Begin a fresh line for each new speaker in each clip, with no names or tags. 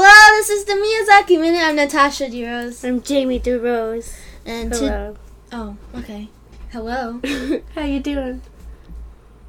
this is the Miyazaki Minute. I'm Natasha DeRose.
I'm Jamie DeRose.
And to-
Hello.
oh, okay. Hello.
How you doing?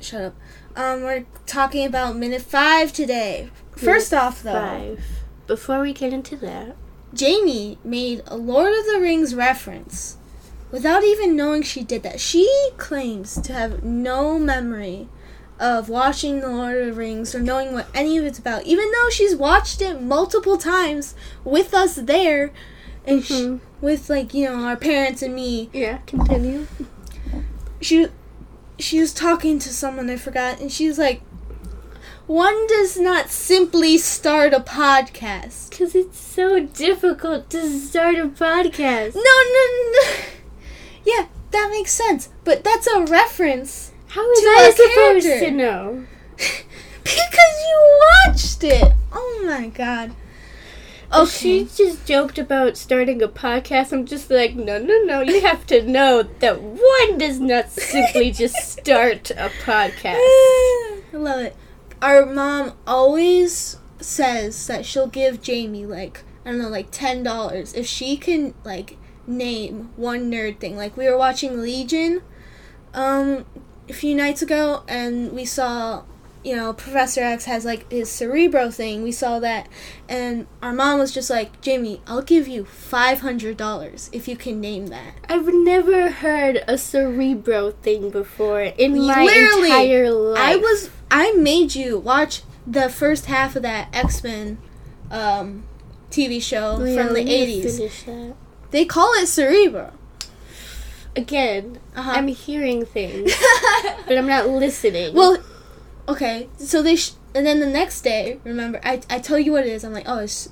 Shut up. Um, we're talking about minute five today. First off, though,
Five. Before we get into that,
Jamie made a Lord of the Rings reference without even knowing she did that. She claims to have no memory of watching the Lord of the Rings or knowing what any of it's about, even though she's watched it multiple times with us there, and sh
Mhm.
with like you know our parents and me.
yeah, continue.
she she was talking to someone I forgot, and she's like, "One does not simply start a podcast."
Cause it's so difficult to start a podcast.
No, no, no. yeah, that makes sense, but that's a reference
How is
To
I
a
supposed
character.
to know?
because you watched it. Oh my god.
She just joked about starting a podcast. I'm just like, no, no, no. You have to know that one does not simply just start a podcast.
I love it. Our mom always says that she'll give Jamie like I don't know, like ten dollars if she can like name one nerd thing. Like we were watching Legion, um, a few nights ago, and we saw, you know, Professor X has like his Cerebro thing. We saw that, and our mom was just like, Jamie, I'll give you five hundred dollars if you can name that.
I've never heard a cerebro thing before in my
Literally,
entire life.
I was I made you watch the first half of that X Men um, TV show
Oh, Yeah,
from the
let me
eighties.
finish that.
They call it Cerebro.
Again,
Uh-huh.
I'm hearing things, but I'm not listening.
well, okay. So they sh- and then the next day, remember, I I tell you what it is. I'm like, oh, it's,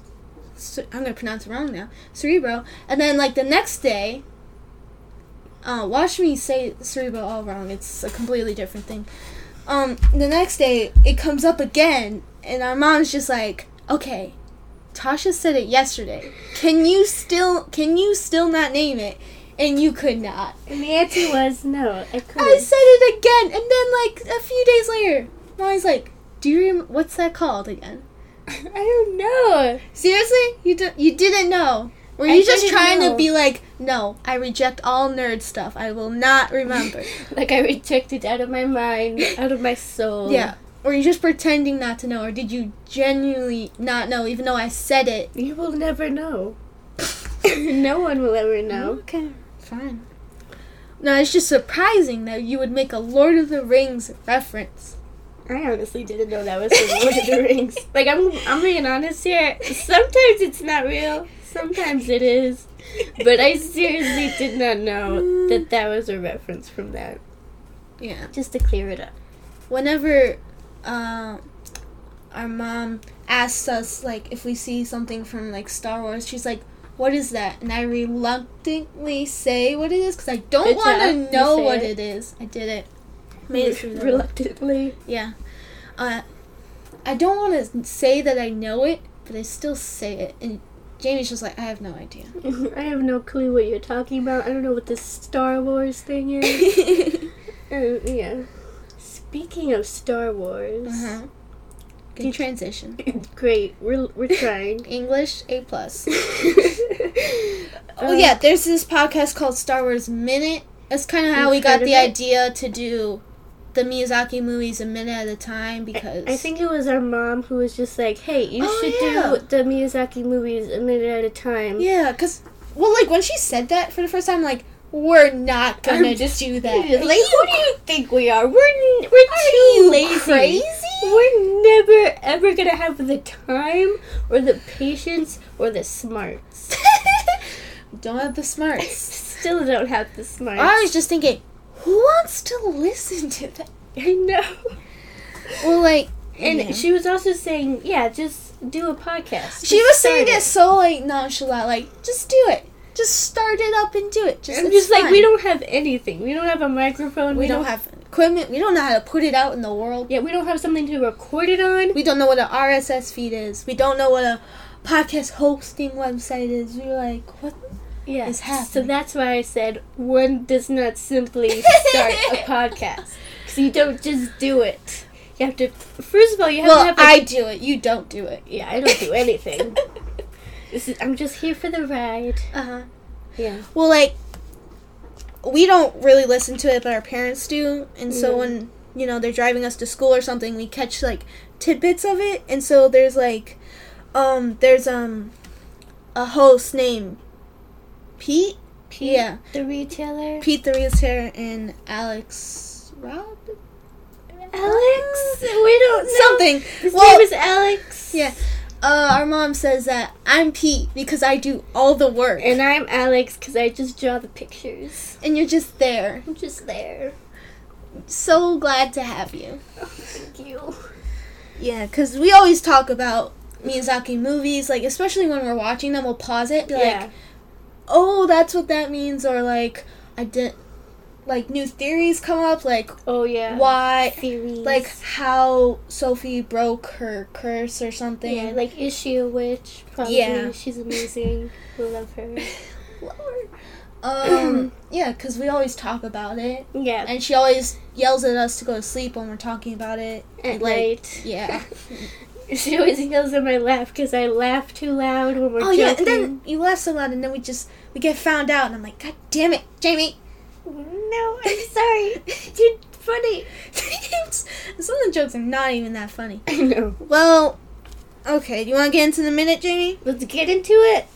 ce- I'm gonna pronounce it wrong now, Cerebro. And then like the next day. Uh, watch me say cerebro all wrong. It's a completely different thing. um, the next day it comes up again, and our mom's just like, "Okay, Tasha said it yesterday. Can you still can you still not name it?" And you could not.
and the answer was no. I couldn't.
I said it again, and then like a few days later, Molly's like, "Do you rem- what's that called again?"
I don't know.
Seriously, you d- you didn't know. Were
I
you just
didn't
trying
know.
to be like, no, I reject all nerd stuff. I will not remember.
Like I rejected out of my mind, out of my soul.
yeah. Were you just pretending not to know, or did you genuinely not know, even though I said it
You will never know. no one will ever know.
Okay, fine. No, it's just surprising that you would make a Lord of the Rings reference.
I honestly didn't know that was the Lord of the Rings. Like I'm, I'm being honest here. Sometimes it's not real. Sometimes it is. But I seriously did not know that that was a reference from that.
Yeah.
Mm. Just to clear it up.
Whenever uh, our mom asks us, like, if we see something from, like, Star Wars, she's like, what is that? And I reluctantly say what it is because I don't
Good
want
job. You
to know
say
what it
it.
is. I did it. Made it through that.
reluctantly.
Yeah. Uh, I don't want to say that I know it, but I still say it. And Jamie's just like, I have no idea.
I have no clue what you're talking about. I don't know what this Star Wars thing is. Uh, yeah. Speaking of Star Wars,
Uh-huh. Good
Did-
transition.
great. We're we're trying.
English A plus.
Uh,
oh yeah, there's this podcast called Star Wars Minute. That's kind of how we
You've
got
heard
the
of it?
idea to do the Miyazaki movies a minute at a time because
I think it was our mom who was just like, "Hey, you
Oh,
should
yeah.
do the Miyazaki movies a minute at a time."
yeah, cause well, like when she said that for the first time, like we're not gonna
I'm
just do that.
Like, who do you think we are? We're n- we're
are
too
you
lazy.
crazy?
We're never ever gonna have the time or the patience or the smarts.
Don't have the smarts.
Still don't have the smarts.
I was just thinking, who wants to listen to that?
I know.
Well, like,
And
Yeah.
she was also saying, "Yeah, just do a podcast."
She
Just
was
start
saying it so like nonchalant, like just do it, just start it up and do it. Just,
I'm
it's
just like,
fine.
we don't have anything. We don't have a microphone.
we don't have equipment. We don't know how to put it out in the world.
Yeah, we don't have something to record it on.
We don't know what an RSS feed is. We don't know what a podcast hosting website is. We're like, what?
Yeah.
is
So
happening.
that's why I said one does not simply start a podcast. Because you don't just do it. You have to, first of all, you have
well,
to have.
I
Like,
do it. You don't do it.
yeah, I don't do anything. This is, I'm just here for the ride.
Uh huh.
Yeah.
Well, like, we don't really listen to it, but our parents do. And so
Mhm.
when, you know, they're driving us to school or something, we catch, like, tidbits of it. And so there's, like, um, there's, um, a host named Pete.
Pete,
Yeah.
the retailer.
Pete the Realtor and Alex Rob?
Alex? Oh, We don't know.
Something.
His
Well-
name is Alex.
Yeah. Uh, our mom says that I'm Pete because I do all the work.
And I'm Alex because I just draw the pictures.
and you're just there.
I'm just there.
So glad to have you.
Oh, thank you.
Yeah, because we always talk about Miyazaki movies, like especially when we're watching them, we'll pause it, be
yeah.
like, "Oh, that's what that means," or like, "I did," like new theories come up, like
oh, yeah.
why,
Theories.
like how Sophie broke her curse or something.
Yeah, like, is she a witch? Probably.
Yeah.
She's amazing. we love her.
Lord. Um, yeah, because we always talk about it,
Yeah.
and she always yells at us to go to sleep when we're talking about it. like,
at night.
yeah.
she always yells at my laugh because I laugh too loud when we're
Oh
joking.
yeah, and then you laugh so loud, and then we just we get found out, and I'm like, God damn it, Jamie.
No, I'm sorry. You're funny.
Some of the jokes are not even that funny.
I know.
Well, okay. Do you want to get into the minute, Jamie?
Let's get into it.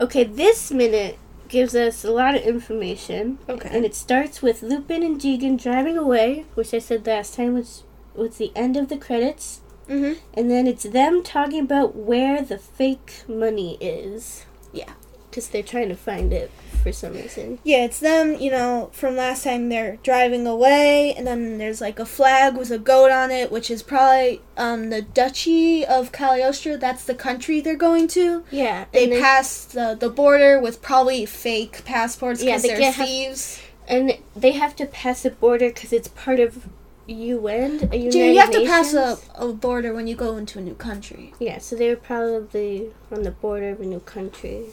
Okay, this minute gives us a lot of information.
Okay.
And it starts with Lupin and Jigen driving away, which I said last time was was the end of the credits.
Mm-hmm.
And then it's them talking about where the fake money is.
Yeah.
Because they're trying to find it for some reason.
Yeah, it's them. You know, from last time they're driving away, and then there's like a flag with a goat on it, which is probably um the Duchy of Cagliostro. That's the country they're going to.
Yeah.
They
and then-
pass the, the border with probably fake passports
Yeah,
because
they
they are
get- have-
thieves.
And they have to pass a border because it's part of UN. a United
Dude, you have to pass a,
Nations.
a border when you go into a new country.
Yeah, so they were probably on the border of a new country.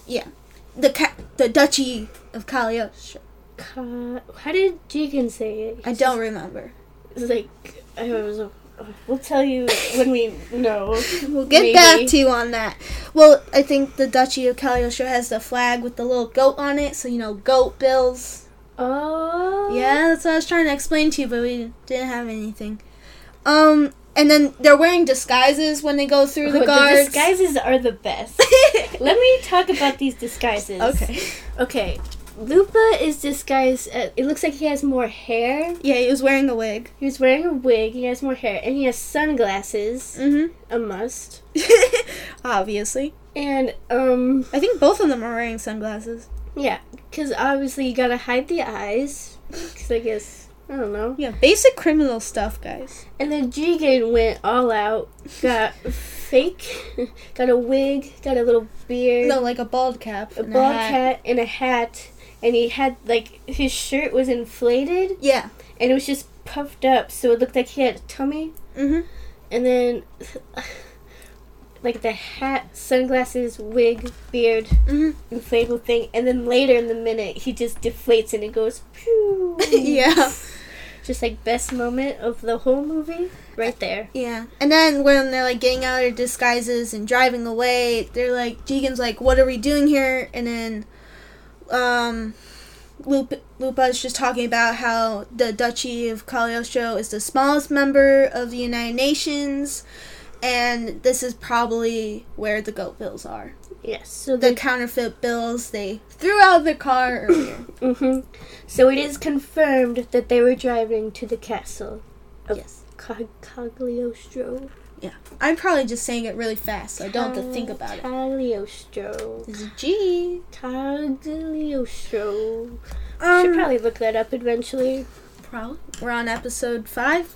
The ca- the Duchy of Cagliostro.
Ca- How did Jigen say it?
I don't remember.
It's like I was. We'll tell you when we know.
We'll get
Maybe.
back to you on that. Well, I think the Duchy of Cagliostro has the flag with the little goat on it, so you know, goat bills.
Oh.
Yeah, that's what I was trying to explain to you, but we didn't have anything. Um, and then they're wearing disguises when they go through the
Oh,
guards.
disguises are the best. Let me talk about these disguises.
Okay.
Okay. Lupa is disguised. At, it looks like he has more hair.
Yeah, he was wearing a wig.
He was wearing a wig. He has more hair, and he has sunglasses.
Mm-hmm.
A must.
Obviously,
And um,
I think both of them are wearing sunglasses.
yeah, because obviously you gotta hide the eyes. Because I guess I don't know.
Yeah, basic criminal stuff, guys.
And then Jigen went all out, got fake, got a wig, got a little beard,
No, like a bald cap.
a
and
bald
hat.
hat, and a hat. And he had, like, his shirt was inflated
Yeah.
and it was just puffed up, so it looked like he had a tummy.
Mm-hmm.
And then, like, the hat, sunglasses, wig, beard,
Mm-hmm.
inflatable thing. And then later in the minute, he just deflates and it goes, pew.
yeah.
Just like best moment of the whole movie, right there.
Yeah. And then when they're like getting out of their disguises and driving away, they're like Jigen's like, What are we doing here? And then um Lup- Lupa's just talking about how the Duchy of Cagliostro is the smallest member of the United Nations and this is probably where the goat bills are.
Yes. So
The
the
counterfeit bills they threw out of their car earlier.
hmm So it is confirmed that they were driving to the castle of
yes.
Cog- Cagliostro.
I'm probably just saying it really fast, so I don't have to think about it.
Cagliostro.
It's a G.
Cagliostro. Should
Um,
probably look that up eventually.
Probably. We're on episode five.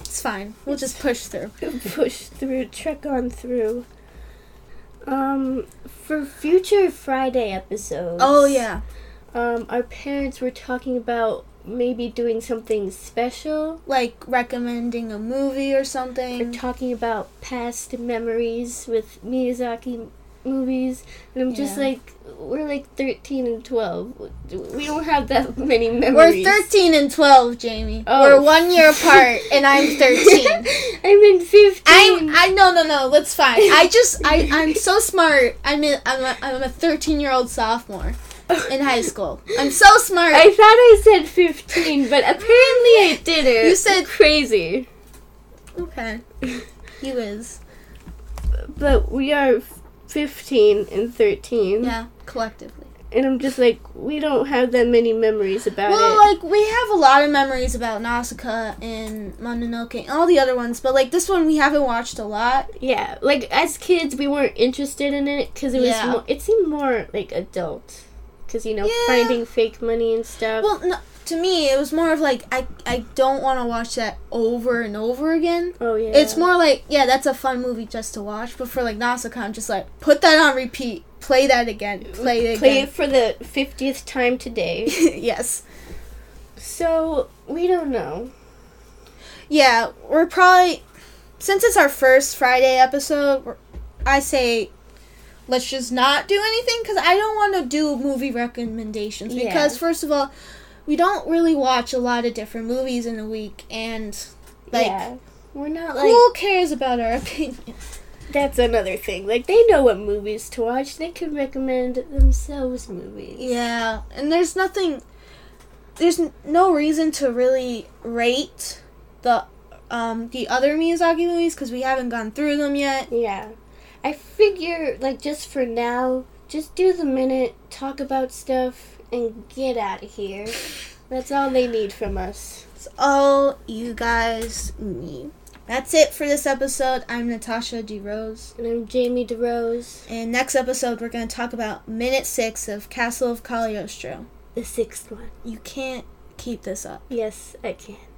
It's fine. We'll just push through.
Push through, trek on through. Um, for future Friday episodes.
Oh yeah.
Um, our parents were talking about maybe doing something special.
Like recommending a movie or
We're
something.
talking about past memories with Miyazaki movies, and I'm just
Yeah.
like, we're like 13 and 12. We don't have that many
We're
memories.
13 and 12, Jamie.
Oh.
We're one year apart, and I'm 13.
I'm in 15.
I'm I no no no. That's fine. I just I I'm so smart. I'm in, I'm a, I'm a 13 year old sophomore in high school. I'm so smart.
I thought I said 15, but apparently I didn't.
You said-
crazy.
okay, you is
But we are 15 and 13.
yeah collectively.
And I'm just like, we don't have that many memories about
Well,
it.
like we have a lot of memories about Nausicaa and Mononoke and all the other ones, but like this one we haven't watched a lot.
yeah, like as kids, we weren't interested in it because it was,
Yeah.
mo- it seemed more like adult. Because, you know,
Yeah.
finding fake money and stuff.
Well, no, to me it was more of like I I don't want to watch that over and over again.
oh, yeah.
It's more like, yeah, that's a fun movie just to watch, but for like Nausicaa, I'm just like, put that on repeat, play that again, play it
Play
again.
it for the 50th time today.
yes.
so, we don't know.
Yeah, we're probably, since it's our first Friday episode, we're- I say, let's just not do anything because I don't want to do movie recommendations
Yeah.
because, first of all, we don't really watch a lot of different movies in a week, and like,
yeah. We're not like.
who cares about our opinion?
That's another thing. Like they know what movies to watch. They could recommend themselves movies.
Yeah, and there's nothing. There's n- no reason to really rate the um the other Miyazaki movies because we haven't gone through them yet.
Yeah. I figure like just for now, just do the minute, talk about stuff and get out of here. That's all they need from us.
It's all you guys need. That's it for this episode. I'm Natasha D Rose,
And I'm Jamie DeRose,
and next episode we're gonna talk about minute six of Castle of Cagliostro.
the sixth one.
You can't keep this up.
Yes, I can.